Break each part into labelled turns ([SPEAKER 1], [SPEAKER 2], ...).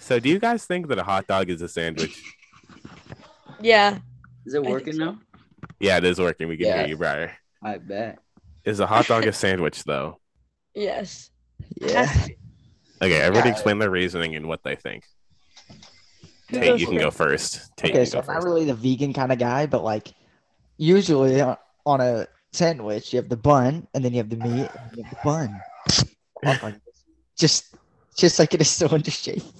[SPEAKER 1] So, do you guys think that a hot dog is a sandwich?
[SPEAKER 2] Yeah.
[SPEAKER 3] Is it
[SPEAKER 2] think
[SPEAKER 3] working
[SPEAKER 2] so.
[SPEAKER 3] now?
[SPEAKER 1] Yeah, it is working. We can hear
[SPEAKER 3] Yes.
[SPEAKER 1] you, Briar.
[SPEAKER 3] I bet.
[SPEAKER 1] Is a hot dog a sandwich, though?
[SPEAKER 2] Yes.
[SPEAKER 3] Yeah.
[SPEAKER 1] Okay, everybody
[SPEAKER 3] Yeah.
[SPEAKER 1] explain their reasoning and what they think.
[SPEAKER 2] Who
[SPEAKER 1] Tate,
[SPEAKER 2] goes
[SPEAKER 1] you can go first. Tate,
[SPEAKER 4] okay,
[SPEAKER 1] you
[SPEAKER 4] so
[SPEAKER 1] go
[SPEAKER 4] I'm not
[SPEAKER 1] first.
[SPEAKER 4] really the vegan kind of guy, but like usually on on a sandwich, you have the bun and then you have the meat and then you have the bun. Hot dog is just just like it is so undershaped.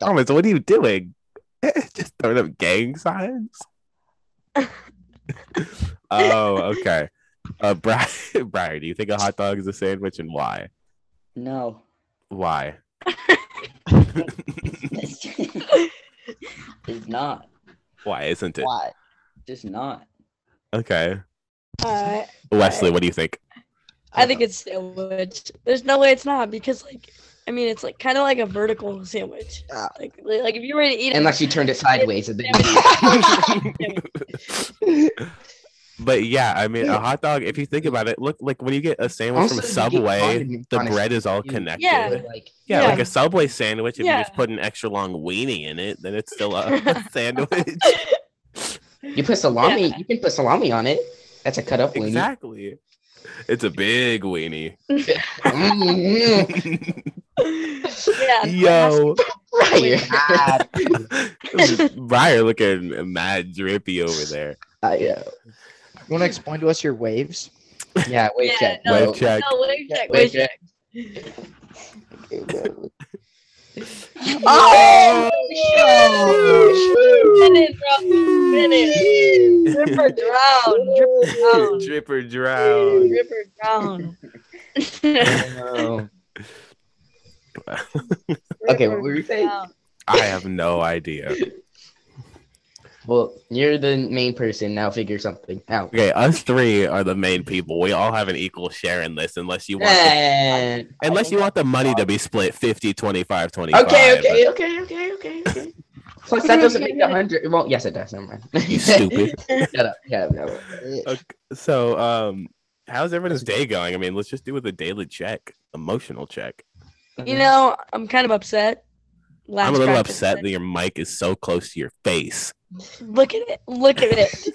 [SPEAKER 1] Thomas, what are you doing? Just throwing up gang signs? oh, okay. Uh, Brian, Brian, do you think a hot dog is a sandwich and why?
[SPEAKER 3] No.
[SPEAKER 1] Why?
[SPEAKER 3] it's not.
[SPEAKER 1] Why isn't it?
[SPEAKER 4] Why?
[SPEAKER 3] Just not.
[SPEAKER 1] Okay.
[SPEAKER 2] All right.
[SPEAKER 1] Wesley, what do you think?
[SPEAKER 2] Uh, I think it's sandwich. There's no way it's not because like I mean it's like kind of like a vertical sandwich.
[SPEAKER 4] Ah.
[SPEAKER 2] Like li- like if you were to eat it,
[SPEAKER 3] Unless you turned it sideways and then
[SPEAKER 1] But yeah, I mean, a hot dog, if you think about it, look like when you get a sandwich
[SPEAKER 3] Also,
[SPEAKER 1] from
[SPEAKER 3] you get
[SPEAKER 1] Subway,
[SPEAKER 3] condiments
[SPEAKER 1] the
[SPEAKER 3] on a
[SPEAKER 1] bread is all
[SPEAKER 3] sandwich.
[SPEAKER 1] connected.
[SPEAKER 2] Yeah.
[SPEAKER 3] like
[SPEAKER 1] Yeah,
[SPEAKER 2] Yeah.
[SPEAKER 1] like a Subway sandwich. If
[SPEAKER 2] Yeah.
[SPEAKER 1] you just put an extra long weenie in it, then it's still a sandwich.
[SPEAKER 3] you put salami, you can put salami on it. That's a cut up wing.
[SPEAKER 1] exactly. It's a big weenie.
[SPEAKER 3] Mm, mm,
[SPEAKER 2] yeah.
[SPEAKER 1] Yo,
[SPEAKER 3] Right.
[SPEAKER 1] Briar looking mad drippy over there.
[SPEAKER 3] Uh, yeah.
[SPEAKER 4] You want to explain to us your waves?
[SPEAKER 3] Yeah, wave
[SPEAKER 2] Yeah,
[SPEAKER 3] check.
[SPEAKER 2] no,
[SPEAKER 1] Wave
[SPEAKER 3] bro.
[SPEAKER 1] check.
[SPEAKER 2] No, wave check.
[SPEAKER 3] Wave
[SPEAKER 2] Wave
[SPEAKER 3] check.
[SPEAKER 2] check.
[SPEAKER 4] Oh,
[SPEAKER 2] Minute, bro. Minute. Dripper drown. Dripper drown.
[SPEAKER 1] Dripper drown.
[SPEAKER 2] Dripper drown.
[SPEAKER 3] Oh. Okay, what were you saying?
[SPEAKER 2] Drown.
[SPEAKER 1] I have no idea.
[SPEAKER 3] Well, you're the main person. Now figure something out.
[SPEAKER 1] Okay, us three are the main people. We all have an equal share in this unless you want the,
[SPEAKER 3] Eh.
[SPEAKER 1] unless you want the money to be split 50 25 25.
[SPEAKER 3] Okay, okay, okay, okay, okay, okay. Plus, that doesn't make a hundred. Well, yes, it does. Never mind.
[SPEAKER 1] You stupid.
[SPEAKER 3] Shut up. Shut up. shut up.
[SPEAKER 1] So, um how's everyone's day going? I mean, let's just do with a daily check, emotional check.
[SPEAKER 3] Uh,
[SPEAKER 2] You know, I'm kind of upset. Last
[SPEAKER 1] I'm a little
[SPEAKER 2] practice
[SPEAKER 1] upset
[SPEAKER 2] day.
[SPEAKER 1] that your mic is so close to your face.
[SPEAKER 2] Look at it. Look at it.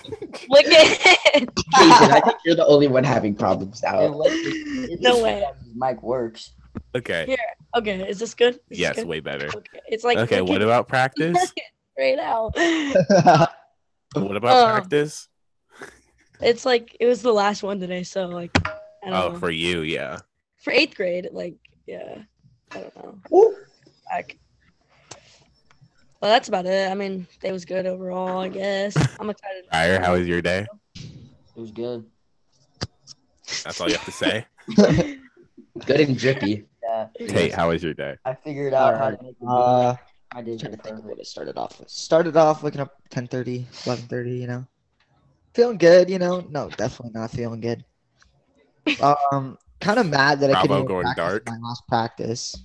[SPEAKER 2] look at
[SPEAKER 3] Jason, I think you're the only one having problems now.
[SPEAKER 2] it. no way.
[SPEAKER 3] Mike works.
[SPEAKER 1] Okay.
[SPEAKER 2] Here, Okay, is this good? Is this
[SPEAKER 1] Yes,
[SPEAKER 2] good?
[SPEAKER 1] way better.
[SPEAKER 2] Okay, it's like
[SPEAKER 1] Okay, what about practice?
[SPEAKER 2] right now?
[SPEAKER 1] What about
[SPEAKER 2] Uh,
[SPEAKER 1] practice?
[SPEAKER 2] It's like it was the last one today, so like I don't
[SPEAKER 1] Oh,
[SPEAKER 2] know.
[SPEAKER 1] for you, yeah.
[SPEAKER 2] for eighth grade, like yeah, I don't know.
[SPEAKER 3] Ooh.
[SPEAKER 2] Like, well, that's about it. I mean, day was good overall, I guess. I'm excited.
[SPEAKER 1] Briar, how was your day?
[SPEAKER 3] It was good.
[SPEAKER 1] That's all you have to say.
[SPEAKER 3] Good and drippy.
[SPEAKER 5] Yeah,
[SPEAKER 1] Tate, how was your day?
[SPEAKER 5] I figured out how
[SPEAKER 4] Alright,
[SPEAKER 5] to make a video.
[SPEAKER 4] Uh,
[SPEAKER 5] I did
[SPEAKER 4] trying to
[SPEAKER 5] it
[SPEAKER 4] think of what
[SPEAKER 5] perfect.
[SPEAKER 4] it started off with. Started off looking up 10:30, 11:30, you know, feeling good, you know. No, definitely not feeling good. Um, kind of mad that I
[SPEAKER 1] Bravo
[SPEAKER 4] couldn't
[SPEAKER 1] going
[SPEAKER 4] even practice
[SPEAKER 1] dark.
[SPEAKER 4] my last practice.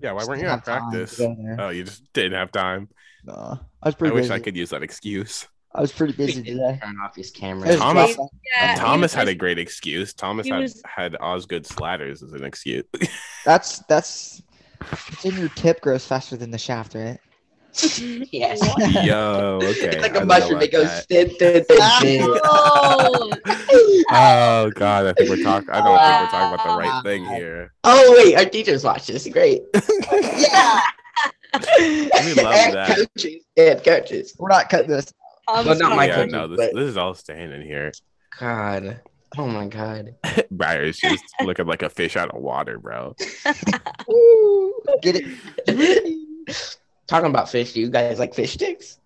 [SPEAKER 1] Yeah, why
[SPEAKER 4] Just
[SPEAKER 1] weren't
[SPEAKER 4] didn't
[SPEAKER 1] you at
[SPEAKER 4] have time to
[SPEAKER 1] practice?
[SPEAKER 4] go there.
[SPEAKER 1] Oh, you just didn't have time.
[SPEAKER 4] No, I was
[SPEAKER 1] I
[SPEAKER 4] pretty
[SPEAKER 1] wish
[SPEAKER 4] busy.
[SPEAKER 1] I could use that excuse.
[SPEAKER 4] I was pretty busy today.
[SPEAKER 3] Turn off his
[SPEAKER 4] It was
[SPEAKER 3] camera.
[SPEAKER 1] Thomas-
[SPEAKER 4] rough.
[SPEAKER 2] Yeah,
[SPEAKER 1] Thomas
[SPEAKER 2] he-
[SPEAKER 1] had a great excuse. Thomas
[SPEAKER 2] he
[SPEAKER 1] had,
[SPEAKER 2] was-
[SPEAKER 1] had Osgood Slatters as an excuse.
[SPEAKER 4] That's that's. It's in your tip grows faster than the shaft, right?
[SPEAKER 3] Yes.
[SPEAKER 1] Yo, okay.
[SPEAKER 3] It's
[SPEAKER 1] I
[SPEAKER 3] like
[SPEAKER 1] don't know
[SPEAKER 3] a mushroom.
[SPEAKER 1] about
[SPEAKER 3] It goes
[SPEAKER 1] that.
[SPEAKER 3] thin, thin, thin, thin.
[SPEAKER 2] Oh,
[SPEAKER 1] Oh God, I think we're talking. I don't think we're talking about the right thing here.
[SPEAKER 3] Oh wait, our teachers watch this. Great. yeah.
[SPEAKER 1] We love
[SPEAKER 3] and
[SPEAKER 1] that.
[SPEAKER 3] coaches. And coaches.
[SPEAKER 4] We're not cutting this.
[SPEAKER 2] I'm
[SPEAKER 3] Well, not
[SPEAKER 2] sorry.
[SPEAKER 3] my
[SPEAKER 1] yeah,
[SPEAKER 3] country,
[SPEAKER 1] no, this,
[SPEAKER 3] but-
[SPEAKER 1] this is all staying in here.
[SPEAKER 3] God. Oh my God.
[SPEAKER 1] Briar's just looking like a fish out of water, bro.
[SPEAKER 4] Get it?
[SPEAKER 3] Talking about fish, do you guys like fish sticks?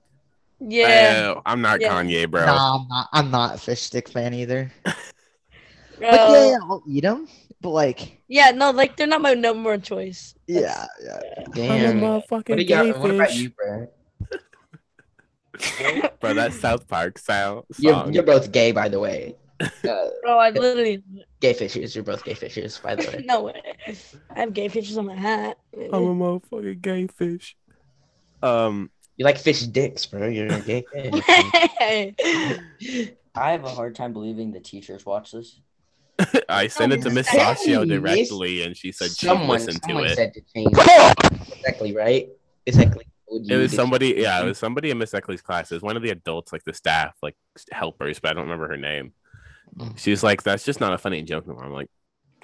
[SPEAKER 2] Yeah,
[SPEAKER 1] Oh, I'm not
[SPEAKER 2] Yeah.
[SPEAKER 1] Kanye, bro.
[SPEAKER 4] Nah, I'm not. I'm not a fish stick fan either.
[SPEAKER 2] bro.
[SPEAKER 4] Like, yeah, yeah, I'll eat them, but like,
[SPEAKER 2] yeah, no, like they're not my number one choice.
[SPEAKER 4] yeah, yeah.
[SPEAKER 3] Damn. What,
[SPEAKER 1] motherfucking
[SPEAKER 3] do y'all, what about you, bro?
[SPEAKER 1] bro. That South Park style
[SPEAKER 3] You're,
[SPEAKER 1] song.
[SPEAKER 3] you're both gay, by the way. Uh,
[SPEAKER 2] Bro, I literally
[SPEAKER 3] gay fishers. You're both gay fishers, by the way.
[SPEAKER 2] no way. I have gay pictures on my hat.
[SPEAKER 1] I'm a motherfucking gay fish. Um,
[SPEAKER 3] You like fish dicks, bro. You're a gay fish.
[SPEAKER 2] Hey.
[SPEAKER 5] I have a hard time believing the teachers watch this.
[SPEAKER 1] I sent it to Miss
[SPEAKER 3] Hey,
[SPEAKER 1] Saccio
[SPEAKER 3] miss-
[SPEAKER 1] directly, and she said she
[SPEAKER 3] someone
[SPEAKER 1] listened to
[SPEAKER 3] someone
[SPEAKER 1] it.
[SPEAKER 3] said to change. Exactly right. Exactly. told
[SPEAKER 1] It
[SPEAKER 3] you Mm-hmm.
[SPEAKER 1] was
[SPEAKER 3] to
[SPEAKER 1] somebody,
[SPEAKER 3] change.
[SPEAKER 1] yeah, it was somebody in Miss Eckley's class. It was one of the adults, like the staff, like helpers, but I don't remember her name.
[SPEAKER 3] Mm.
[SPEAKER 1] She was like, "That's just not a funny joke." anymore." I'm like,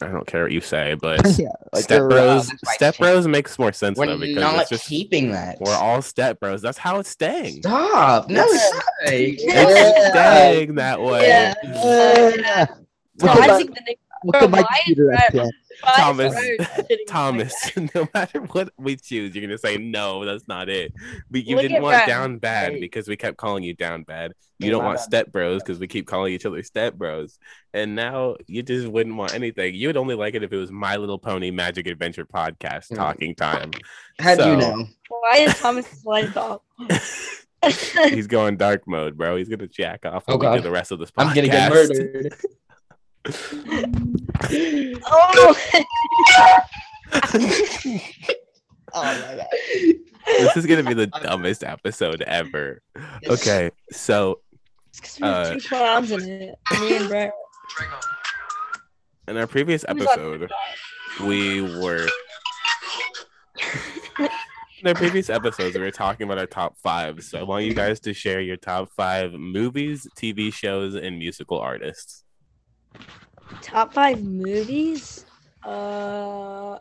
[SPEAKER 1] I don't care what you say, but
[SPEAKER 4] yeah, like
[SPEAKER 1] step
[SPEAKER 4] they're,
[SPEAKER 1] bros,
[SPEAKER 3] uh, that's why I
[SPEAKER 1] step
[SPEAKER 3] changed.
[SPEAKER 1] bros makes more sense
[SPEAKER 3] We're
[SPEAKER 1] though because
[SPEAKER 3] not
[SPEAKER 1] it's just
[SPEAKER 3] keeping that.
[SPEAKER 1] we're all step bros. That's how it's staying.
[SPEAKER 3] Stop. No, it's not.
[SPEAKER 1] It's
[SPEAKER 4] Yeah.
[SPEAKER 1] staying that way.
[SPEAKER 2] Yeah.
[SPEAKER 4] Yeah.
[SPEAKER 2] No,
[SPEAKER 4] Look at
[SPEAKER 2] I
[SPEAKER 4] my-
[SPEAKER 2] think the next
[SPEAKER 4] look at my
[SPEAKER 2] Why is
[SPEAKER 4] computer
[SPEAKER 2] that-
[SPEAKER 4] again.
[SPEAKER 2] five
[SPEAKER 1] Thomas.
[SPEAKER 2] hours is sitting
[SPEAKER 1] Thomas,
[SPEAKER 2] Like
[SPEAKER 1] no matter what we choose, you're gonna say no. That's not it. But you
[SPEAKER 2] Look
[SPEAKER 1] didn't
[SPEAKER 2] at
[SPEAKER 1] want
[SPEAKER 2] Ryan.
[SPEAKER 1] down bad
[SPEAKER 3] Hey.
[SPEAKER 1] because we kept calling you down bad. You
[SPEAKER 3] Hey,
[SPEAKER 1] don't
[SPEAKER 3] my
[SPEAKER 1] want
[SPEAKER 3] bad.
[SPEAKER 1] step bros because we keep calling each other step bros. And now you just wouldn't want anything. You would only like it if it was My Little Pony Magic Adventure podcast
[SPEAKER 3] Mm.
[SPEAKER 1] talking time.
[SPEAKER 3] How do
[SPEAKER 1] So-
[SPEAKER 3] you know?
[SPEAKER 2] that. Why is Thomas' lights off? I
[SPEAKER 1] He's going dark mode, bro. He's gonna jack off
[SPEAKER 3] Oh,
[SPEAKER 1] when we do
[SPEAKER 3] God.
[SPEAKER 1] the rest of this podcast.
[SPEAKER 3] I'm gonna get murdered.
[SPEAKER 2] oh,
[SPEAKER 4] Oh my god.
[SPEAKER 1] this is gonna be the dumbest episode ever. Okay, so
[SPEAKER 2] it's because we have
[SPEAKER 1] Uh,
[SPEAKER 2] two clowns in it. Me and Brett.
[SPEAKER 1] in our previous
[SPEAKER 2] Who's on
[SPEAKER 1] episode,
[SPEAKER 2] TikTok?
[SPEAKER 1] we were in our previous episodes we were talking about our top five. So I want you guys to share your top five movies, TV shows, and musical artists.
[SPEAKER 2] Top five movies. Uh,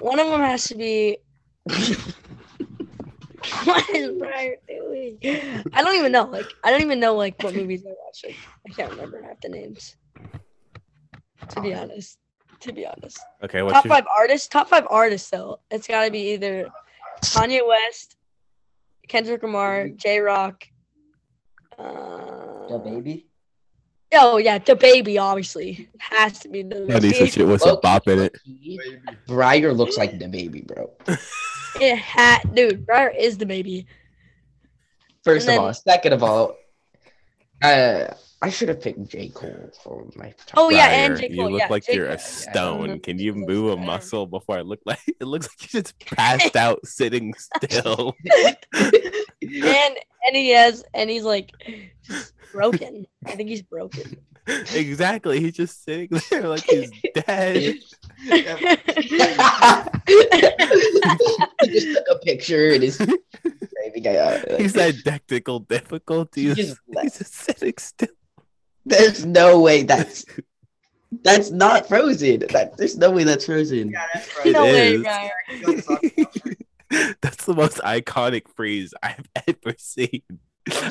[SPEAKER 2] one of them has to be. what is Brian doing? I don't even know. Like, I don't even know like what movies I watched. Like, I can't remember half the names. To be honest. To be honest.
[SPEAKER 1] Okay, what's
[SPEAKER 2] top
[SPEAKER 1] your
[SPEAKER 2] five artists. Top five artists though. It's got to be either Kanye West, Kendrick Lamar, J Rock.
[SPEAKER 3] The
[SPEAKER 2] Uh,
[SPEAKER 3] baby.
[SPEAKER 2] oh yeah, the baby obviously has to be the baby.
[SPEAKER 1] shit with
[SPEAKER 3] Low-key, low-key, Briar looks like the baby, bro.
[SPEAKER 2] It ha- dude, Briar is the baby.
[SPEAKER 3] First
[SPEAKER 2] And
[SPEAKER 3] of all,
[SPEAKER 2] then-
[SPEAKER 3] second of all, uh, I should have picked J Cole for my. Top
[SPEAKER 2] Oh, yeah,
[SPEAKER 1] Briar,
[SPEAKER 2] and J.
[SPEAKER 1] you
[SPEAKER 2] Cole,
[SPEAKER 1] look
[SPEAKER 2] yeah,
[SPEAKER 1] like
[SPEAKER 2] J.
[SPEAKER 1] you're
[SPEAKER 2] Cole,
[SPEAKER 1] a
[SPEAKER 2] yeah.
[SPEAKER 1] stone.
[SPEAKER 2] Mhm.
[SPEAKER 1] Can you move a muscle before I look like it looks like you just passed out sitting still?
[SPEAKER 2] And and he has and he's like just broken. I think he's broken.
[SPEAKER 1] exactly. He's just sitting there like he's dead.
[SPEAKER 3] he just took a picture and his baby guy uh, out.
[SPEAKER 1] He's had technical difficulties.
[SPEAKER 3] He just left.
[SPEAKER 1] He's just sitting still.
[SPEAKER 3] There's no way that's that's not frozen. That, there's no way that's frozen.
[SPEAKER 1] It
[SPEAKER 2] no way,
[SPEAKER 1] is.
[SPEAKER 2] Briar.
[SPEAKER 1] That's the most iconic freeze I've ever seen.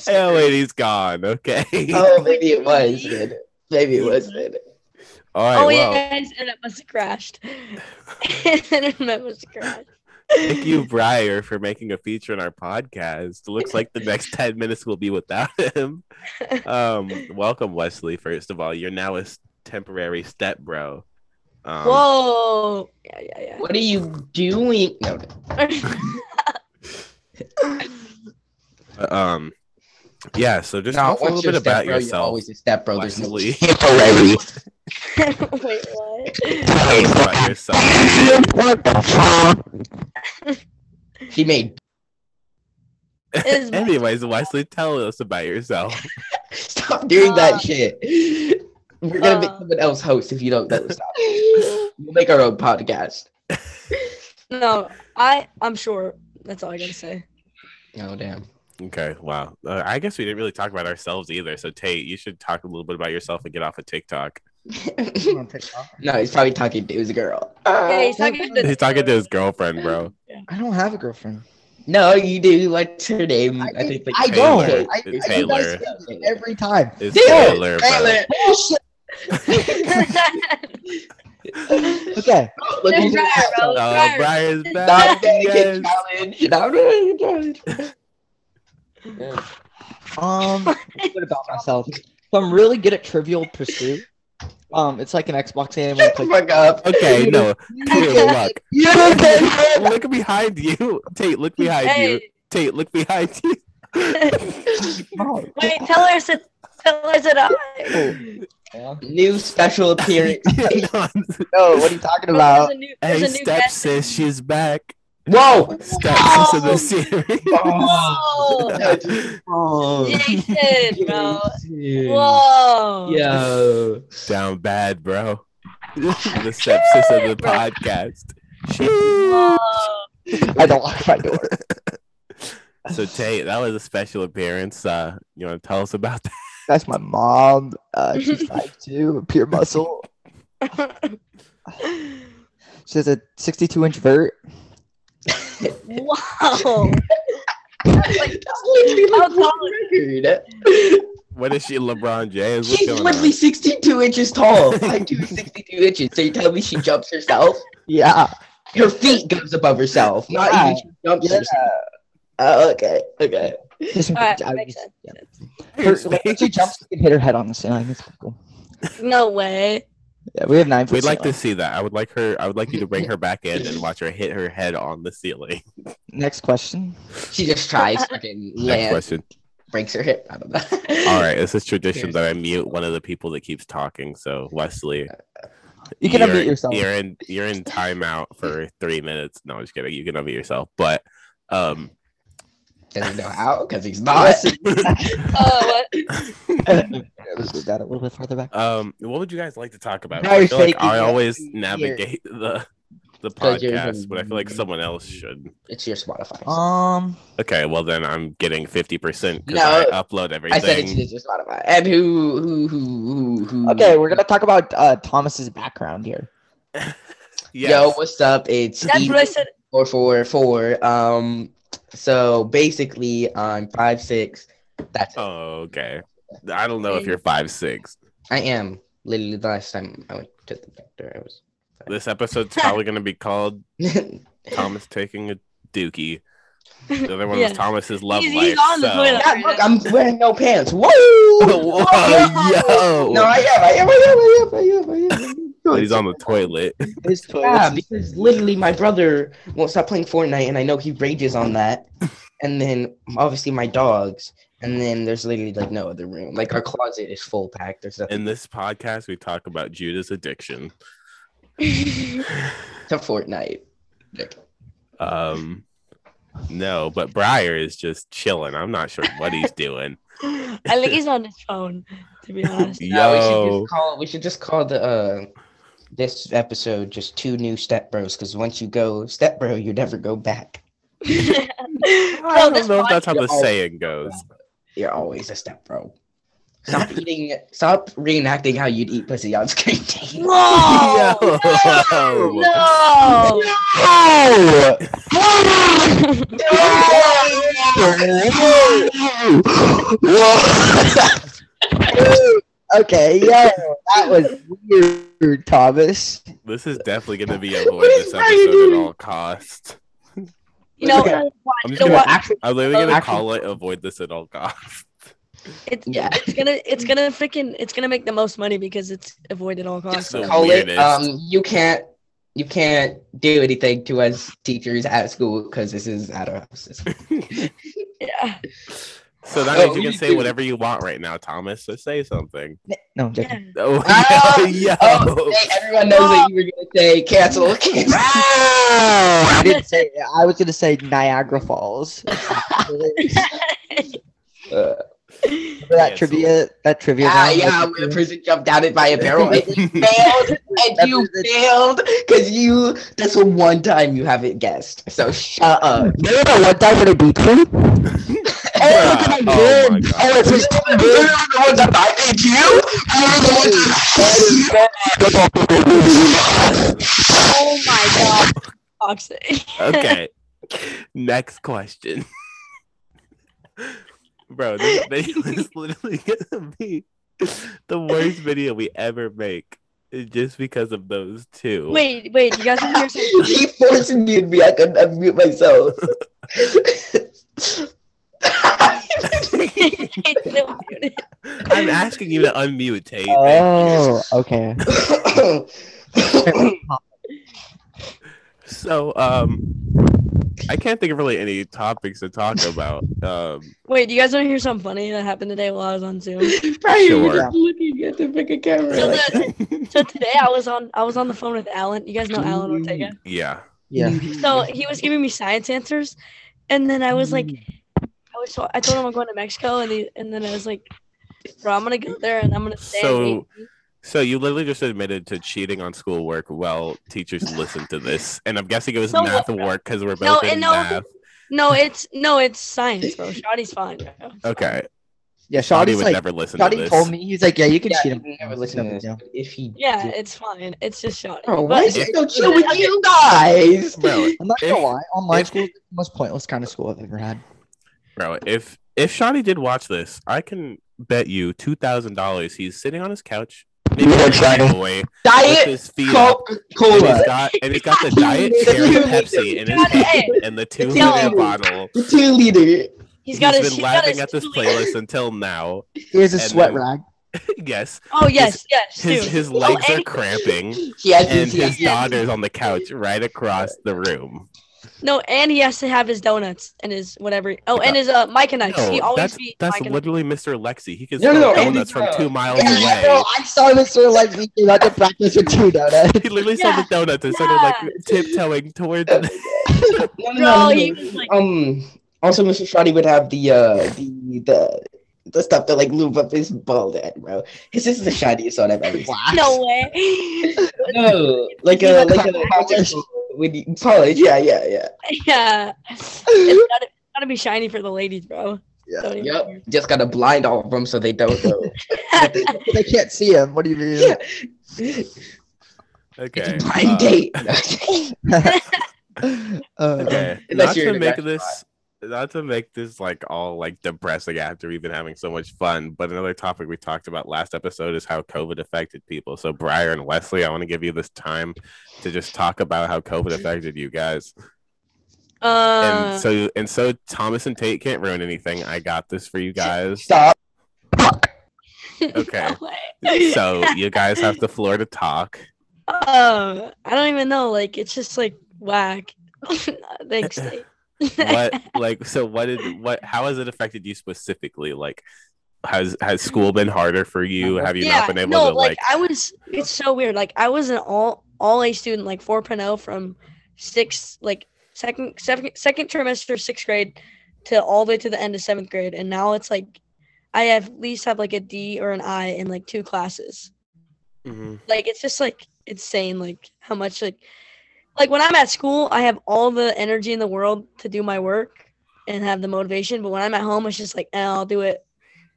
[SPEAKER 1] Oh wait, he's gone. Okay.
[SPEAKER 3] Oh, maybe it was. Man. Maybe it was. Man.
[SPEAKER 1] All right.
[SPEAKER 2] Oh
[SPEAKER 1] well,
[SPEAKER 2] yeah, his internet must have crashed. his internet must have crashed.
[SPEAKER 1] thank you, Briar, for making a feature in our podcast. Looks like the next ten minutes will be without him. Um, welcome, Wesley. First of all, you're now a s- temporary step bro. Um,
[SPEAKER 2] Whoa. Yeah, yeah, yeah.
[SPEAKER 3] What are you doing? No, no.
[SPEAKER 1] um, yeah. So just
[SPEAKER 3] No,
[SPEAKER 1] talk a little
[SPEAKER 3] once you're
[SPEAKER 1] bit
[SPEAKER 3] a
[SPEAKER 1] about
[SPEAKER 3] stepbro, you're
[SPEAKER 1] yourself.
[SPEAKER 3] always a stepbro. There's no
[SPEAKER 1] Wesley.
[SPEAKER 3] temporary.
[SPEAKER 2] Wait, what?
[SPEAKER 1] Tell us about yourself.
[SPEAKER 3] He made.
[SPEAKER 2] Is
[SPEAKER 1] Anyways, Wesley, tell us about yourself.
[SPEAKER 3] Stop doing
[SPEAKER 2] Uh,
[SPEAKER 3] that shit. We're gonna make
[SPEAKER 2] uh,
[SPEAKER 3] someone else host if you don't. No, stop. We'll make our own podcast.
[SPEAKER 2] no, I I'm sure that's all I gotta say.
[SPEAKER 3] Oh damn.
[SPEAKER 1] Okay, wow. Uh, I guess we didn't really talk about ourselves either. So Tate, you should talk a little bit about yourself and get off of TikTok.
[SPEAKER 3] no, he's probably talking to his girl.
[SPEAKER 2] Yeah, he's talking to
[SPEAKER 1] He's talking to his girlfriend, bro.
[SPEAKER 4] I don't have a girlfriend.
[SPEAKER 3] No, you do. What's her name?
[SPEAKER 4] I think-
[SPEAKER 3] like,
[SPEAKER 4] I
[SPEAKER 1] Taylor.
[SPEAKER 4] don't. I,
[SPEAKER 1] It's
[SPEAKER 4] I, you guys
[SPEAKER 1] Taylor.
[SPEAKER 4] do this every time.
[SPEAKER 1] It's
[SPEAKER 3] Dude,
[SPEAKER 1] Taylor, bro.
[SPEAKER 3] Taylor.
[SPEAKER 4] Bullshit. Okay.
[SPEAKER 3] Look
[SPEAKER 2] There's
[SPEAKER 3] at
[SPEAKER 2] Briar,
[SPEAKER 3] that.
[SPEAKER 2] bro.
[SPEAKER 1] Oh, Briar's
[SPEAKER 3] Not
[SPEAKER 1] back.
[SPEAKER 3] dedicated
[SPEAKER 1] Yes.
[SPEAKER 3] challenge. Not dedicated challenge.
[SPEAKER 4] Um, what about myself? So I'm really good at Trivial Pursuit. Um, it's like Oh, an Xbox game. where you
[SPEAKER 3] Shut the
[SPEAKER 4] play-
[SPEAKER 3] fuck up.
[SPEAKER 1] Okay, no. Peter, look.
[SPEAKER 3] You don't get it.
[SPEAKER 1] Look behind you. Tate, look behind you.
[SPEAKER 2] Hey,
[SPEAKER 1] Tate, look behind you.
[SPEAKER 4] Oh,
[SPEAKER 2] wait, tell her I said tell her I said hi.
[SPEAKER 4] yeah.
[SPEAKER 3] New special appearance.
[SPEAKER 1] Yeah, no,
[SPEAKER 3] no, what are you talking
[SPEAKER 2] Oh,
[SPEAKER 3] about?
[SPEAKER 2] There's a new,
[SPEAKER 1] Uh, hey,
[SPEAKER 2] there's a new
[SPEAKER 1] step
[SPEAKER 2] guest.
[SPEAKER 1] sis, she's back.
[SPEAKER 3] Whoa!
[SPEAKER 1] Steps into the series.
[SPEAKER 2] Whoa!
[SPEAKER 3] Oh,
[SPEAKER 2] Jason, bro.
[SPEAKER 3] dude.
[SPEAKER 2] Whoa.
[SPEAKER 3] Yo.
[SPEAKER 1] Down bad, bro. the stepsis of the
[SPEAKER 2] Bro.
[SPEAKER 1] podcast.
[SPEAKER 2] Whoa.
[SPEAKER 4] I don't lock my door.
[SPEAKER 1] So Tate, that was a special appearance. Uh, you want to tell us about that?
[SPEAKER 4] That's my mom. Uh, she's type two, pure muscle. She has a 62 inch vert.
[SPEAKER 2] Wow.
[SPEAKER 3] Like, that's literally
[SPEAKER 2] How
[SPEAKER 3] like
[SPEAKER 2] tall
[SPEAKER 3] record.
[SPEAKER 1] What is she, LeBron James? What's
[SPEAKER 3] She's
[SPEAKER 1] going
[SPEAKER 3] literally
[SPEAKER 1] on?
[SPEAKER 3] 62 inches tall. I do 62 inches. So you tell me she jumps herself?
[SPEAKER 4] Yeah.
[SPEAKER 3] Her feet goes above herself. Not
[SPEAKER 4] Yeah.
[SPEAKER 3] even she jumps
[SPEAKER 4] Yeah.
[SPEAKER 3] herself. Oh, okay. Okay.
[SPEAKER 4] Just-
[SPEAKER 2] All right,
[SPEAKER 4] I
[SPEAKER 2] makes
[SPEAKER 4] was-
[SPEAKER 2] sense.
[SPEAKER 4] yeah. Her,
[SPEAKER 1] Here's
[SPEAKER 4] when she
[SPEAKER 1] me.
[SPEAKER 4] jumps, she can hit her head on the ceiling. It's pretty cool.
[SPEAKER 2] No way.
[SPEAKER 4] Yeah, we have nine.
[SPEAKER 1] We'd
[SPEAKER 4] foot
[SPEAKER 1] like to
[SPEAKER 4] ceiling.
[SPEAKER 1] see that. I would like her. I would like you to bring her back in and watch her hit her head on the ceiling.
[SPEAKER 4] Next question.
[SPEAKER 3] She just tries fucking
[SPEAKER 1] Next
[SPEAKER 3] land,
[SPEAKER 1] question.
[SPEAKER 3] breaks her hip. I don't know.
[SPEAKER 1] All right, this is tradition
[SPEAKER 3] Here's-
[SPEAKER 1] that I mute one of the people that keeps talking. So Wesley,
[SPEAKER 4] You can
[SPEAKER 1] you're-
[SPEAKER 4] unmute yourself.
[SPEAKER 1] You're in you're in timeout for three minutes. No, I'm just kidding. You can unmute yourself, but um,
[SPEAKER 3] Doesn't know how because he's not.
[SPEAKER 2] Oh, what?
[SPEAKER 4] Move that a little bit further back.
[SPEAKER 1] um, what would you guys like to talk about?
[SPEAKER 4] Now
[SPEAKER 1] I
[SPEAKER 4] you're
[SPEAKER 1] feel like
[SPEAKER 4] faking
[SPEAKER 1] I
[SPEAKER 4] it.
[SPEAKER 1] always
[SPEAKER 4] You're-
[SPEAKER 1] navigate the the
[SPEAKER 3] Because you're the-
[SPEAKER 1] podcast, but I feel like someone else should.
[SPEAKER 3] It's your Spotify.
[SPEAKER 4] Um,
[SPEAKER 1] Okay, well then I'm getting fifty percent because
[SPEAKER 3] No,
[SPEAKER 1] I upload everything.
[SPEAKER 3] I said it's just your Spotify. And who, who, who, who, who?
[SPEAKER 4] okay, we're gonna talk about uh, Thomas's background here.
[SPEAKER 1] Yes.
[SPEAKER 3] Yo, what's up? It's
[SPEAKER 2] That's what I said.
[SPEAKER 3] four four four. Um, so basically, I'm five six. That's it.
[SPEAKER 1] Oh, okay. I don't know if you're five six.
[SPEAKER 3] I am literally the last time I went to the doctor. I was
[SPEAKER 1] This episode's probably gonna be called
[SPEAKER 3] not
[SPEAKER 1] Thomas taking a dookie. The other one
[SPEAKER 2] Yeah.
[SPEAKER 1] was Thomas's love
[SPEAKER 2] He's-
[SPEAKER 1] life.
[SPEAKER 2] he's on the
[SPEAKER 1] so-
[SPEAKER 2] toilet.
[SPEAKER 3] look. I'm wearing no pants. Whoa! Oh,
[SPEAKER 1] Whoa, yo!
[SPEAKER 3] No, I am. I am. I am. I am. I am. I am. I am.
[SPEAKER 1] He's on the toilet.
[SPEAKER 4] His
[SPEAKER 3] Yeah, because literally my brother won't stop playing Fortnite, and I know he rages on that. And then obviously my dogs, and then there's literally like no other room. Like our closet is full packed. There's nothing
[SPEAKER 1] In this podcast, we talk about Judah's addiction.
[SPEAKER 3] to Fortnite. Like,
[SPEAKER 1] Um, no, but Briar is just chilling. I'm not sure what he's doing.
[SPEAKER 2] I think he's on his phone, to be honest.
[SPEAKER 3] nah, we should
[SPEAKER 1] Yo,
[SPEAKER 3] just call. We should just call the uh, this episode just two new step bros. Because once you go step bro, you never go back.
[SPEAKER 1] I
[SPEAKER 2] Bro,
[SPEAKER 1] don't
[SPEAKER 2] this
[SPEAKER 1] know if
[SPEAKER 2] pod-
[SPEAKER 1] that's how the
[SPEAKER 3] Oh.
[SPEAKER 1] saying goes.
[SPEAKER 3] You're always a step bro. Stop eating. Stop reenacting how you'd eat pussy on screen.
[SPEAKER 2] Whoa!
[SPEAKER 1] Yo.
[SPEAKER 2] No!
[SPEAKER 4] Oh! okay, yeah, that was weird, Thomas.
[SPEAKER 1] This is definitely going to be avoid
[SPEAKER 3] What is
[SPEAKER 1] this
[SPEAKER 3] Briar
[SPEAKER 1] episode at
[SPEAKER 3] doing?
[SPEAKER 1] all costs.
[SPEAKER 2] You know,
[SPEAKER 3] Okay.
[SPEAKER 2] watch,
[SPEAKER 1] I'm just
[SPEAKER 2] you know
[SPEAKER 1] gonna
[SPEAKER 2] what?
[SPEAKER 3] Actually,
[SPEAKER 1] I'm literally gonna
[SPEAKER 3] Actually-
[SPEAKER 1] call it avoid this at all costs.
[SPEAKER 2] It's,
[SPEAKER 3] Yeah.
[SPEAKER 2] it's gonna, it's gonna freaking, it's gonna make the most money because it's avoid at all costs.
[SPEAKER 1] the
[SPEAKER 3] call it.
[SPEAKER 1] weirdest.
[SPEAKER 3] Um, you can't you can't do anything to us teachers at school because this is at our houses.
[SPEAKER 2] Yeah.
[SPEAKER 1] So that
[SPEAKER 3] Oh,
[SPEAKER 1] means you
[SPEAKER 3] you
[SPEAKER 1] can say
[SPEAKER 3] do.
[SPEAKER 1] whatever you want right now, Thomas. So say something.
[SPEAKER 4] No, I'm joking.
[SPEAKER 2] yeah.
[SPEAKER 1] Oh,
[SPEAKER 3] Ah!
[SPEAKER 1] yo.
[SPEAKER 3] Oh, hey, everyone knows that you were gonna say cancel. cancel.
[SPEAKER 4] I didn't say. I was gonna say Niagara Falls.
[SPEAKER 3] Uh,
[SPEAKER 4] Remember
[SPEAKER 1] Yeah,
[SPEAKER 4] that
[SPEAKER 1] so-
[SPEAKER 4] trivia, that trivia.
[SPEAKER 3] Ah, yeah,
[SPEAKER 4] round?
[SPEAKER 3] yeah, when a person jumped out it by a barrel
[SPEAKER 1] Oh
[SPEAKER 3] and you failed, and you
[SPEAKER 4] That's-
[SPEAKER 3] failed because you. That's the one time you haven't guessed. So shut up.
[SPEAKER 4] Remember that one time when I beat you?
[SPEAKER 1] Yeah.
[SPEAKER 4] look at my
[SPEAKER 1] Oh
[SPEAKER 4] good.
[SPEAKER 1] my God.
[SPEAKER 4] Oh, it's
[SPEAKER 3] You're
[SPEAKER 4] just
[SPEAKER 3] the one- you're the one that I beat you. You're the one that-
[SPEAKER 2] Oh my god. Toxic.
[SPEAKER 1] okay. Next question. Bro, this video is literally gonna be the worst video we ever make. Just because of those two.
[SPEAKER 2] Wait, wait, you guys want to hear something?
[SPEAKER 3] He forced me to be. I couldn't unmute myself.
[SPEAKER 2] It's so weird.
[SPEAKER 1] I'm asking you to unmute Tate.
[SPEAKER 4] Oh, okay.
[SPEAKER 1] So um I can't think of really any topics to talk about. Um
[SPEAKER 2] Wait, you guys want to hear something funny that happened today while I was on Zoom?
[SPEAKER 3] Brian, you were
[SPEAKER 1] Sure.
[SPEAKER 3] just looking at the freaking camera.
[SPEAKER 2] So,
[SPEAKER 3] like,
[SPEAKER 2] the, so today I was on I was on the phone with Alan. You guys know Alan Ortega.
[SPEAKER 1] yeah.
[SPEAKER 3] Yeah.
[SPEAKER 2] So he was giving me science answers, and then I was like, I was so I told him I'm going to Mexico, and he, and then I was like, bro, I'm gonna go there and I'm gonna stay.
[SPEAKER 1] So-
[SPEAKER 2] and eat."
[SPEAKER 1] So you literally just admitted to cheating on schoolwork while teachers listened to this, and I'm guessing it was
[SPEAKER 2] No,
[SPEAKER 1] math work because we're
[SPEAKER 2] No,
[SPEAKER 1] both in
[SPEAKER 2] and no-
[SPEAKER 1] math.
[SPEAKER 2] no, it's no, it's science, bro. Shawty's fine. bro. It's fine.
[SPEAKER 1] Okay,
[SPEAKER 4] Yeah,
[SPEAKER 1] Shawty
[SPEAKER 4] Shawty's
[SPEAKER 1] would
[SPEAKER 4] like,
[SPEAKER 1] never listen to
[SPEAKER 4] Shawty
[SPEAKER 1] this.
[SPEAKER 4] told me he's like, yeah, you can
[SPEAKER 3] Yeah,
[SPEAKER 4] cheat
[SPEAKER 3] he
[SPEAKER 4] him.
[SPEAKER 3] would never listen to
[SPEAKER 4] No big
[SPEAKER 3] this.
[SPEAKER 4] deal.
[SPEAKER 3] but If he
[SPEAKER 2] Yeah,
[SPEAKER 3] did-
[SPEAKER 2] it's fine. It's just Shawty.
[SPEAKER 3] Bro,
[SPEAKER 2] But
[SPEAKER 3] why is
[SPEAKER 2] it's-
[SPEAKER 3] it so chill with
[SPEAKER 2] okay.
[SPEAKER 3] you guys?
[SPEAKER 1] Bro,
[SPEAKER 4] I'm not gonna
[SPEAKER 1] If-
[SPEAKER 4] lie. Online
[SPEAKER 1] if-
[SPEAKER 4] school is the most pointless kind of school I've ever had.
[SPEAKER 1] Bro, if if Shawnee did watch this, I can bet you two thousand dollars he's sitting on his couch, maybe
[SPEAKER 3] Yeah,
[SPEAKER 1] on a
[SPEAKER 3] Shawnee.
[SPEAKER 1] boy, with
[SPEAKER 3] Diet
[SPEAKER 1] his feet up,
[SPEAKER 3] Coca
[SPEAKER 1] and he's
[SPEAKER 3] Cola.
[SPEAKER 1] got and he's got the diet chair and Pepsi in his hand and the two
[SPEAKER 3] Yo.
[SPEAKER 1] liter bottle.
[SPEAKER 3] The two liter.
[SPEAKER 2] He's got
[SPEAKER 1] he's
[SPEAKER 2] his.
[SPEAKER 1] been
[SPEAKER 2] he's got
[SPEAKER 1] laughing
[SPEAKER 2] his
[SPEAKER 1] at this
[SPEAKER 2] two-
[SPEAKER 1] playlist until now.
[SPEAKER 4] He has a
[SPEAKER 1] And
[SPEAKER 4] sweat
[SPEAKER 1] then-
[SPEAKER 4] rag.
[SPEAKER 1] yes,
[SPEAKER 2] Oh yes, yes,
[SPEAKER 1] his
[SPEAKER 2] dude.
[SPEAKER 1] his
[SPEAKER 2] No,
[SPEAKER 1] legs
[SPEAKER 2] and
[SPEAKER 1] are cramping,
[SPEAKER 3] He has
[SPEAKER 1] and his
[SPEAKER 3] PTSD.
[SPEAKER 1] daughter's on the couch right across the room.
[SPEAKER 2] No, and he has to have his donuts and his whatever. Oh, and his uh, Mike and Ike's. he
[SPEAKER 1] No,
[SPEAKER 2] always
[SPEAKER 1] that's
[SPEAKER 2] be
[SPEAKER 1] that's
[SPEAKER 2] Mike and
[SPEAKER 1] literally Mr. Lexi. He can
[SPEAKER 3] No, no,
[SPEAKER 1] smell
[SPEAKER 3] no,
[SPEAKER 1] donuts
[SPEAKER 3] Andy,
[SPEAKER 1] from two miles
[SPEAKER 4] Yeah, bro,
[SPEAKER 1] away.
[SPEAKER 4] I saw this for like we came out to practice with two donuts.
[SPEAKER 1] He literally saw the donuts and started like tiptoeing towards it.
[SPEAKER 3] No, no,
[SPEAKER 2] Bro,
[SPEAKER 3] no, no,
[SPEAKER 2] he
[SPEAKER 3] no.
[SPEAKER 2] was like,
[SPEAKER 3] Um. Also, Mr. Shoddy would have the uh the the the stuff that like lube up his bald head, bro. His is the shoddiest one I've ever seen.
[SPEAKER 2] no way.
[SPEAKER 3] No, like
[SPEAKER 2] He
[SPEAKER 3] a
[SPEAKER 2] had
[SPEAKER 3] like a
[SPEAKER 4] college.
[SPEAKER 3] when you, college. Yeah, yeah, yeah.
[SPEAKER 2] yeah, it's gotta, it's gotta be shiny for the ladies, bro.
[SPEAKER 4] Yeah.
[SPEAKER 2] Don't even
[SPEAKER 3] Yep.
[SPEAKER 2] worry.
[SPEAKER 3] Just gotta blind all of them so they don't know.
[SPEAKER 4] they can't see him. What do you mean?
[SPEAKER 1] Okay.
[SPEAKER 3] Blind
[SPEAKER 1] uh,
[SPEAKER 3] date.
[SPEAKER 4] Uh,
[SPEAKER 1] Okay.
[SPEAKER 3] Unless
[SPEAKER 1] Not
[SPEAKER 3] you're in
[SPEAKER 1] to
[SPEAKER 3] a
[SPEAKER 1] make
[SPEAKER 3] restaurant.
[SPEAKER 1] this not to make this like all like depressing after we've been having so much fun, but another topic we talked about last episode is how COVID affected people. So Briar and Wesley, I want to give you this time to just talk about how COVID affected you guys.
[SPEAKER 2] Uh,
[SPEAKER 1] and so and so Thomas and Tate can't ruin anything. I got this for you guys.
[SPEAKER 3] Stop.
[SPEAKER 1] Okay.
[SPEAKER 2] no way.
[SPEAKER 1] So you guys have the floor to talk.
[SPEAKER 2] um, I don't even know. Like, it's just like whack. Thanks. Nate.
[SPEAKER 1] what like so what did what how has it affected you specifically like has has school been harder for you have you not been able
[SPEAKER 2] no,
[SPEAKER 1] to
[SPEAKER 2] like,
[SPEAKER 1] like
[SPEAKER 2] I was it's so weird. Like I was an all all A student, like 4.0 from sixth like second second second trimester sixth grade to all the way to the end of seventh grade. And now it's like I have at least have like a D or an I in like two classes.
[SPEAKER 1] Mhm.
[SPEAKER 2] Like it's just like insane like how much like like when I'm at school I have all the energy in the world to do my work and have the motivation. But when I'm at home it's just like eh, I'll do it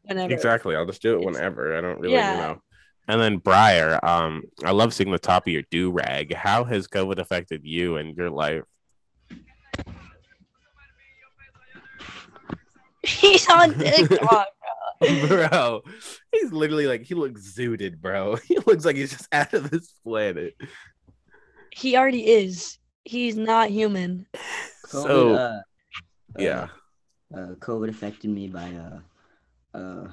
[SPEAKER 2] whenever.
[SPEAKER 1] exactly i'll just do it
[SPEAKER 2] It's-
[SPEAKER 1] whenever i don't really
[SPEAKER 2] Yeah.
[SPEAKER 1] you know and then briar um i love seeing the top of your do rag how has covid affected you and your life
[SPEAKER 2] He's on TikTok.
[SPEAKER 1] bro he's literally like he looks zooted bro he looks like he's just out of this planet
[SPEAKER 2] He already is. He's not human.
[SPEAKER 1] So,
[SPEAKER 5] COVID, uh,
[SPEAKER 1] yeah
[SPEAKER 5] uh, uh, COVID affected me by uh, uh,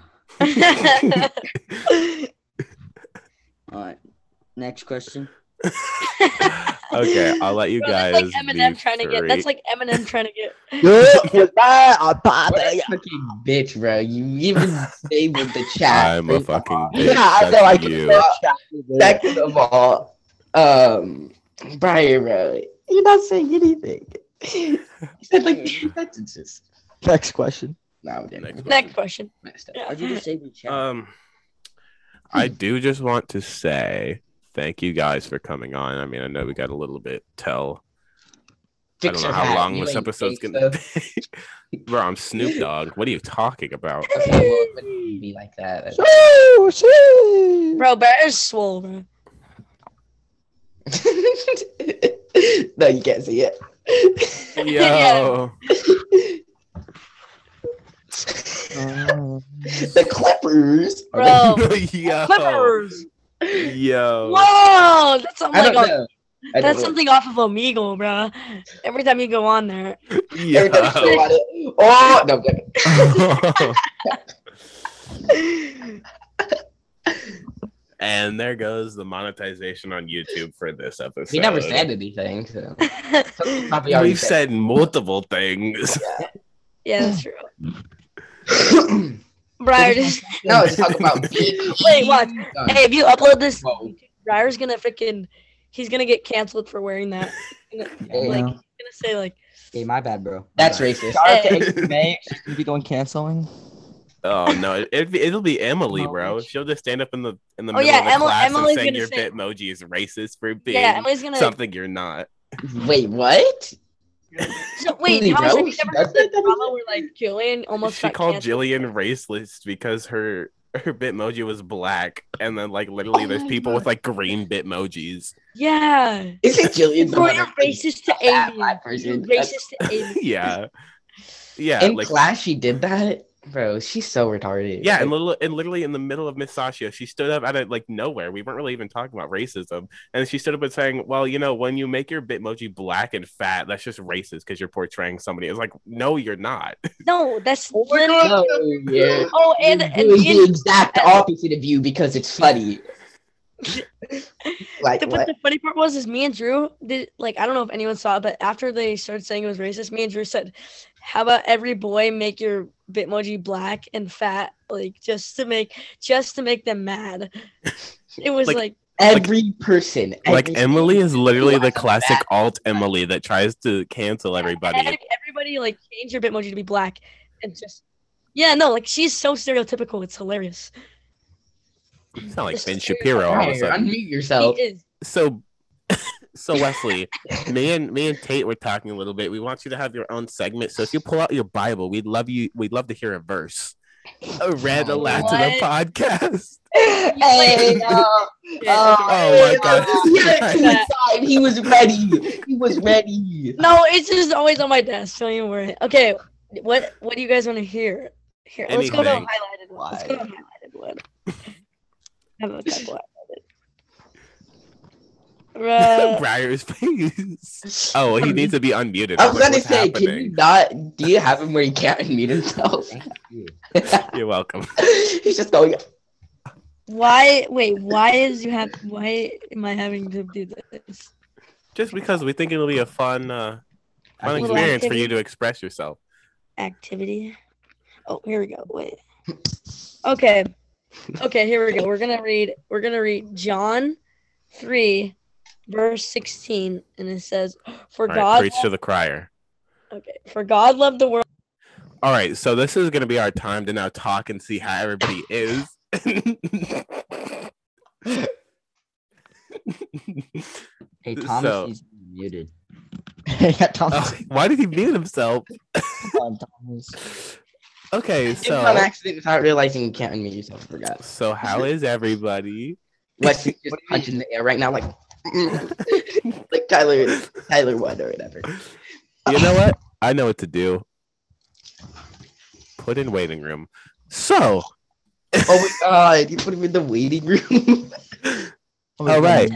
[SPEAKER 5] all right. Next question.
[SPEAKER 1] okay i'll let you
[SPEAKER 2] Bro,
[SPEAKER 1] guys
[SPEAKER 2] that's like Eminem
[SPEAKER 1] be
[SPEAKER 2] trying to get.
[SPEAKER 1] free.
[SPEAKER 2] That's like Eminem trying to get.
[SPEAKER 3] What a fucking bitch, bro. You even disabled the chat.
[SPEAKER 1] I'm a fucking bitch.
[SPEAKER 3] Yeah, I know. I
[SPEAKER 1] That's
[SPEAKER 3] can
[SPEAKER 1] you.
[SPEAKER 3] tell. Second of all, um, Brian, bro, you're not saying anything. You said like two sentences.
[SPEAKER 4] Next question.
[SPEAKER 3] No, I'm
[SPEAKER 1] Next
[SPEAKER 3] kidding.
[SPEAKER 2] Next question.
[SPEAKER 3] Messed up.
[SPEAKER 2] Yeah.
[SPEAKER 5] Why'd you disable chat?
[SPEAKER 3] Uh,
[SPEAKER 1] Um, I do just want to say thank you guys for coming on. I mean, I know we got a little bit tell. I
[SPEAKER 3] Fix
[SPEAKER 1] don't know
[SPEAKER 3] your
[SPEAKER 1] how
[SPEAKER 3] hat.
[SPEAKER 1] long
[SPEAKER 3] You
[SPEAKER 1] this
[SPEAKER 3] ain't
[SPEAKER 1] episode's
[SPEAKER 3] fake,
[SPEAKER 1] gonna be. Bro, I'm Snoop Dogg. What are you talking about?
[SPEAKER 3] so- Okay, well, it wouldn't be like that.
[SPEAKER 4] Shoo, shoo.
[SPEAKER 2] Bro, Bear's swole, bro.
[SPEAKER 3] no, you can't see it.
[SPEAKER 1] Yo,
[SPEAKER 4] Uh,
[SPEAKER 3] The Clippers.
[SPEAKER 2] Bro.
[SPEAKER 3] Uh,
[SPEAKER 1] yo,
[SPEAKER 2] Clippers.
[SPEAKER 1] yo.
[SPEAKER 2] Whoa, that's something
[SPEAKER 3] I don't
[SPEAKER 2] like on-
[SPEAKER 3] know. I don't
[SPEAKER 2] that's
[SPEAKER 3] know.
[SPEAKER 2] something off of Omegle, bro. Every time you go on there,
[SPEAKER 3] Every time you show on it- Oh no, I'm good.
[SPEAKER 1] Yo. and there goes the monetization on YouTube for this episode.
[SPEAKER 3] We never said anything. So. Probably already
[SPEAKER 1] We've said multiple things.
[SPEAKER 2] yeah, that's true.
[SPEAKER 3] said-
[SPEAKER 2] Briar, just,
[SPEAKER 3] no, it's talk about me.
[SPEAKER 2] Wait, what?
[SPEAKER 3] Done.
[SPEAKER 2] hey, if you upload this,
[SPEAKER 3] Whoa.
[SPEAKER 2] Briar's gonna freaking, he's gonna get canceled for wearing that.
[SPEAKER 5] Yeah.
[SPEAKER 2] like gonna say like
[SPEAKER 5] Hey, my bad, bro. My
[SPEAKER 3] That's
[SPEAKER 5] bad.
[SPEAKER 3] racist.
[SPEAKER 4] Shout out to Amy May. She's gonna be going canceling.
[SPEAKER 1] Oh no, it, it'd be- it'll be Emily,
[SPEAKER 4] Oh,
[SPEAKER 1] bro.
[SPEAKER 4] bitch.
[SPEAKER 1] She'll just stand up in the in the
[SPEAKER 2] Oh,
[SPEAKER 1] middle
[SPEAKER 2] yeah,
[SPEAKER 1] of the
[SPEAKER 2] Emily-
[SPEAKER 1] class
[SPEAKER 2] Emily's
[SPEAKER 1] and saying
[SPEAKER 2] gonna
[SPEAKER 1] your
[SPEAKER 2] say-
[SPEAKER 1] Bitmoji is racist for being
[SPEAKER 2] yeah, Emily's gonna
[SPEAKER 1] something you're not.
[SPEAKER 3] Wait, what?
[SPEAKER 2] So, wait,
[SPEAKER 3] Really,
[SPEAKER 2] Josh,
[SPEAKER 3] bro?
[SPEAKER 2] have you
[SPEAKER 3] She
[SPEAKER 2] ever
[SPEAKER 3] does
[SPEAKER 2] heard that
[SPEAKER 3] that?
[SPEAKER 2] drama where like Jillian almost
[SPEAKER 1] she
[SPEAKER 2] got
[SPEAKER 1] called
[SPEAKER 2] canceled?
[SPEAKER 1] Jillian racist because her her Bitmoji was black, and then like literally
[SPEAKER 3] Oh
[SPEAKER 1] there's
[SPEAKER 3] my
[SPEAKER 1] people
[SPEAKER 3] God.
[SPEAKER 1] with like green Bitmojis.
[SPEAKER 2] Yeah.
[SPEAKER 3] Isn't Jillian the
[SPEAKER 2] Bro,
[SPEAKER 3] one
[SPEAKER 2] you're
[SPEAKER 3] that-
[SPEAKER 2] racist to
[SPEAKER 3] that
[SPEAKER 2] Amy.
[SPEAKER 3] black
[SPEAKER 2] You're
[SPEAKER 3] person?
[SPEAKER 2] racist to Amy.
[SPEAKER 1] yeah, yeah,
[SPEAKER 3] In
[SPEAKER 1] like
[SPEAKER 3] class, she did that, bro. She's so retarded.
[SPEAKER 1] yeah, and
[SPEAKER 3] Like,
[SPEAKER 1] little and literally in the middle of Miss Sasha, she stood up out of like nowhere. We weren't really even talking about racism, and she stood up and saying, "Well, you know, when you make your Bitmoji black and fat, that's just racist because you're portraying somebody." It's like, no, you're not.
[SPEAKER 2] No, that's
[SPEAKER 3] Oh my
[SPEAKER 2] literally.
[SPEAKER 3] God, yeah.
[SPEAKER 2] Oh, and
[SPEAKER 3] You're
[SPEAKER 2] and
[SPEAKER 3] doing the
[SPEAKER 2] being,
[SPEAKER 3] exact opposite of you because it's funny. like
[SPEAKER 2] but
[SPEAKER 3] what?
[SPEAKER 2] the funny part was, is me and Drew did like I don't know if anyone saw it, but after they started saying it was racist, me and Drew said, "How about every boy make your Bitmoji black and fat, like just to make just to make them mad." It was
[SPEAKER 1] Like,
[SPEAKER 2] like
[SPEAKER 3] Every person,
[SPEAKER 1] like
[SPEAKER 3] every-
[SPEAKER 1] Emily is literally the
[SPEAKER 3] Black
[SPEAKER 1] classic alt Emily that tries to cancel everybody.
[SPEAKER 2] Ev- everybody like change your bitmoji to be black and just yeah no like she's so stereotypical it's hilarious
[SPEAKER 1] It's not like
[SPEAKER 2] This
[SPEAKER 1] Ben
[SPEAKER 2] is
[SPEAKER 1] Shapiro all of a
[SPEAKER 3] Fire,
[SPEAKER 1] sudden.
[SPEAKER 3] unmute yourself.
[SPEAKER 2] she is
[SPEAKER 1] so so Wesley, me and me and Tate were talking a little bit. We want you to have your own segment. So if you pull out your Bible, we'd love you. We'd love to hear a verse uh, read
[SPEAKER 3] Oh,
[SPEAKER 1] aloud to the
[SPEAKER 2] what?
[SPEAKER 1] podcast.
[SPEAKER 3] Hey, no.
[SPEAKER 2] Yeah.
[SPEAKER 1] Oh my God.
[SPEAKER 3] Yeah, he was fine. He was ready. He was ready.
[SPEAKER 2] no it's just always on my desk don't even worry okay what what do you guys want to hear here let's go to a
[SPEAKER 1] Anything.
[SPEAKER 2] highlighted one let's go to a highlighted one how about that one Bruh.
[SPEAKER 1] Briar's face. Oh, he needs to be unmuted.
[SPEAKER 3] I
[SPEAKER 1] I'm
[SPEAKER 3] was
[SPEAKER 1] like,
[SPEAKER 3] gonna
[SPEAKER 1] "What's
[SPEAKER 3] say, can you not? Do you have him where he can't unmute himself?
[SPEAKER 5] Thank you.
[SPEAKER 1] happening?" You're welcome.
[SPEAKER 3] He's just going.
[SPEAKER 2] why wait why is you have why am i having to do this
[SPEAKER 1] Just because we think it'll be a fun, uh,
[SPEAKER 5] I
[SPEAKER 1] fun
[SPEAKER 5] think-
[SPEAKER 2] Little
[SPEAKER 1] experience for you
[SPEAKER 2] activity.
[SPEAKER 1] to express yourself.
[SPEAKER 2] activity. Oh, here we go. Wait. Okay. Okay, here we go. We're gonna read we're gonna read John three verse sixteen and it says For
[SPEAKER 1] All right,
[SPEAKER 2] God
[SPEAKER 1] preach to the crier.
[SPEAKER 2] okay, for God loved the world
[SPEAKER 1] All right, so this is gonna be our time to now talk and see how everybody is.
[SPEAKER 5] Hey, Thomas
[SPEAKER 1] So-
[SPEAKER 5] needs to be muted.
[SPEAKER 4] yeah, Thomas.
[SPEAKER 1] Oh, why did he mute himself?
[SPEAKER 4] Come on, Thomas.
[SPEAKER 1] Okay,
[SPEAKER 3] It's on
[SPEAKER 1] so
[SPEAKER 3] accident without realizing you can't unmute yourself. I forgot.
[SPEAKER 1] so how is everybody?
[SPEAKER 3] Wesley's just punching the air right now, like, like Tyler, Tyler Wood or whatever. Oh
[SPEAKER 1] You know what? I know what to do. Put in waiting room. So
[SPEAKER 3] Oh my god, you put him in the waiting room.
[SPEAKER 1] All right.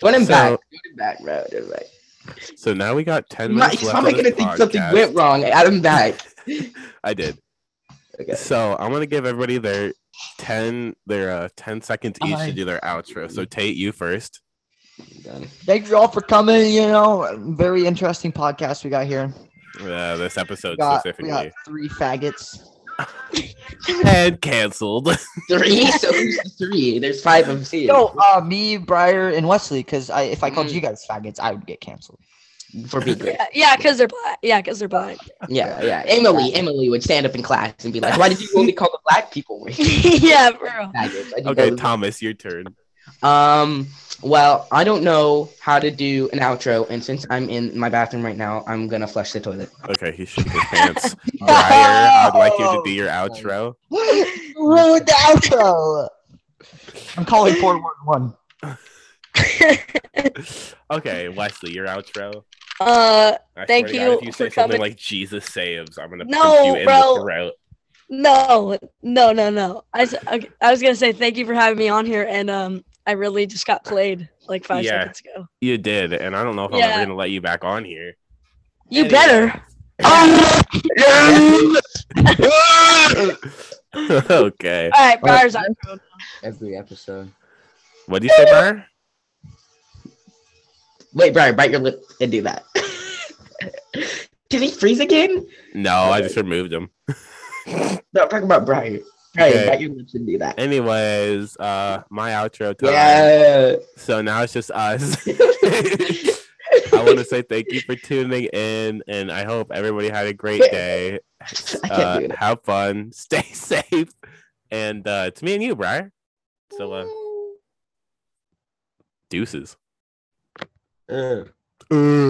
[SPEAKER 3] Put him
[SPEAKER 1] So-
[SPEAKER 3] back. Put him back, bro. Put him back.
[SPEAKER 1] so now we got ten
[SPEAKER 3] Mike,
[SPEAKER 1] minutes
[SPEAKER 3] he's
[SPEAKER 1] left.
[SPEAKER 3] probably
[SPEAKER 1] of
[SPEAKER 3] gonna
[SPEAKER 1] this
[SPEAKER 3] think something
[SPEAKER 1] podcast.
[SPEAKER 3] went wrong. Add him back.
[SPEAKER 1] I did.
[SPEAKER 3] Okay.
[SPEAKER 1] So I'm gonna give everybody their ten their uh ten seconds each to
[SPEAKER 4] I-
[SPEAKER 1] do their outro. So Tate, you first.
[SPEAKER 3] Done.
[SPEAKER 4] Thank you all for coming. You know, very interesting podcast we got here.
[SPEAKER 1] Uh, this
[SPEAKER 4] We
[SPEAKER 1] episode
[SPEAKER 4] got, we got
[SPEAKER 1] specifically.
[SPEAKER 4] three faggots.
[SPEAKER 1] And canceled.
[SPEAKER 3] Three. So who's the three? There's five of us here.
[SPEAKER 4] No, uh, me, Briar, and Wesley. Because I, if I called
[SPEAKER 3] Mhm.
[SPEAKER 4] you guys faggots, I would get canceled.
[SPEAKER 3] For being great.
[SPEAKER 2] Yeah, yeah, because they're black. Yeah, because they're black.
[SPEAKER 3] Yeah, yeah. Emily, Emily would stand up in class and be like, "Why did you only call the black people?" racist?"
[SPEAKER 2] yeah, bro.
[SPEAKER 3] I did. I did
[SPEAKER 1] Okay,
[SPEAKER 3] know that.
[SPEAKER 1] Thomas, your turn.
[SPEAKER 3] Um, well, I don't know how to do an outro, and since I'm in my bathroom right now, I'm gonna flush the toilet.
[SPEAKER 1] Okay, he shook his pants. Briar, I'd like you to do your outro.
[SPEAKER 4] Ruined the outro. I'm calling four one one.
[SPEAKER 1] Okay, Wesley, your outro.
[SPEAKER 2] uh
[SPEAKER 1] I
[SPEAKER 2] Thank
[SPEAKER 1] swear to God,
[SPEAKER 2] you
[SPEAKER 1] if you say
[SPEAKER 2] for coming.
[SPEAKER 1] something like Jesus saves, I'm gonna
[SPEAKER 2] No,
[SPEAKER 1] punch you in the
[SPEAKER 2] bro.
[SPEAKER 1] throat.
[SPEAKER 2] no, no, no, no. I, s- okay, I was gonna say thank you for having me on here and um I really just got played like five
[SPEAKER 1] Yeah.
[SPEAKER 2] seconds ago.
[SPEAKER 1] You did, and I don't know if I'm
[SPEAKER 2] Yeah.
[SPEAKER 1] ever gonna let you back on here.
[SPEAKER 2] You
[SPEAKER 1] Anyway.
[SPEAKER 2] better.
[SPEAKER 1] okay.
[SPEAKER 2] All right, Briar's on.
[SPEAKER 5] Every episode.
[SPEAKER 1] What do you say, Briar?
[SPEAKER 3] Wait, Brian, bite your lip and do that. Did he freeze again?
[SPEAKER 1] No, I just removed him.
[SPEAKER 3] No, I'm talking about Brian. Brian,
[SPEAKER 1] Okay.
[SPEAKER 3] bite your lips and do that.
[SPEAKER 1] Anyways, uh my outro time.
[SPEAKER 3] yeah.
[SPEAKER 1] So now it's just us. I want to say thank you for tuning in, and I hope everybody had a great day.
[SPEAKER 3] I can't
[SPEAKER 1] Uh,
[SPEAKER 3] do it.
[SPEAKER 1] have fun, stay safe, and uh, it's me and you, Briar. So, uh, deuces.
[SPEAKER 3] Uh.
[SPEAKER 1] Uh.
[SPEAKER 5] Ugh.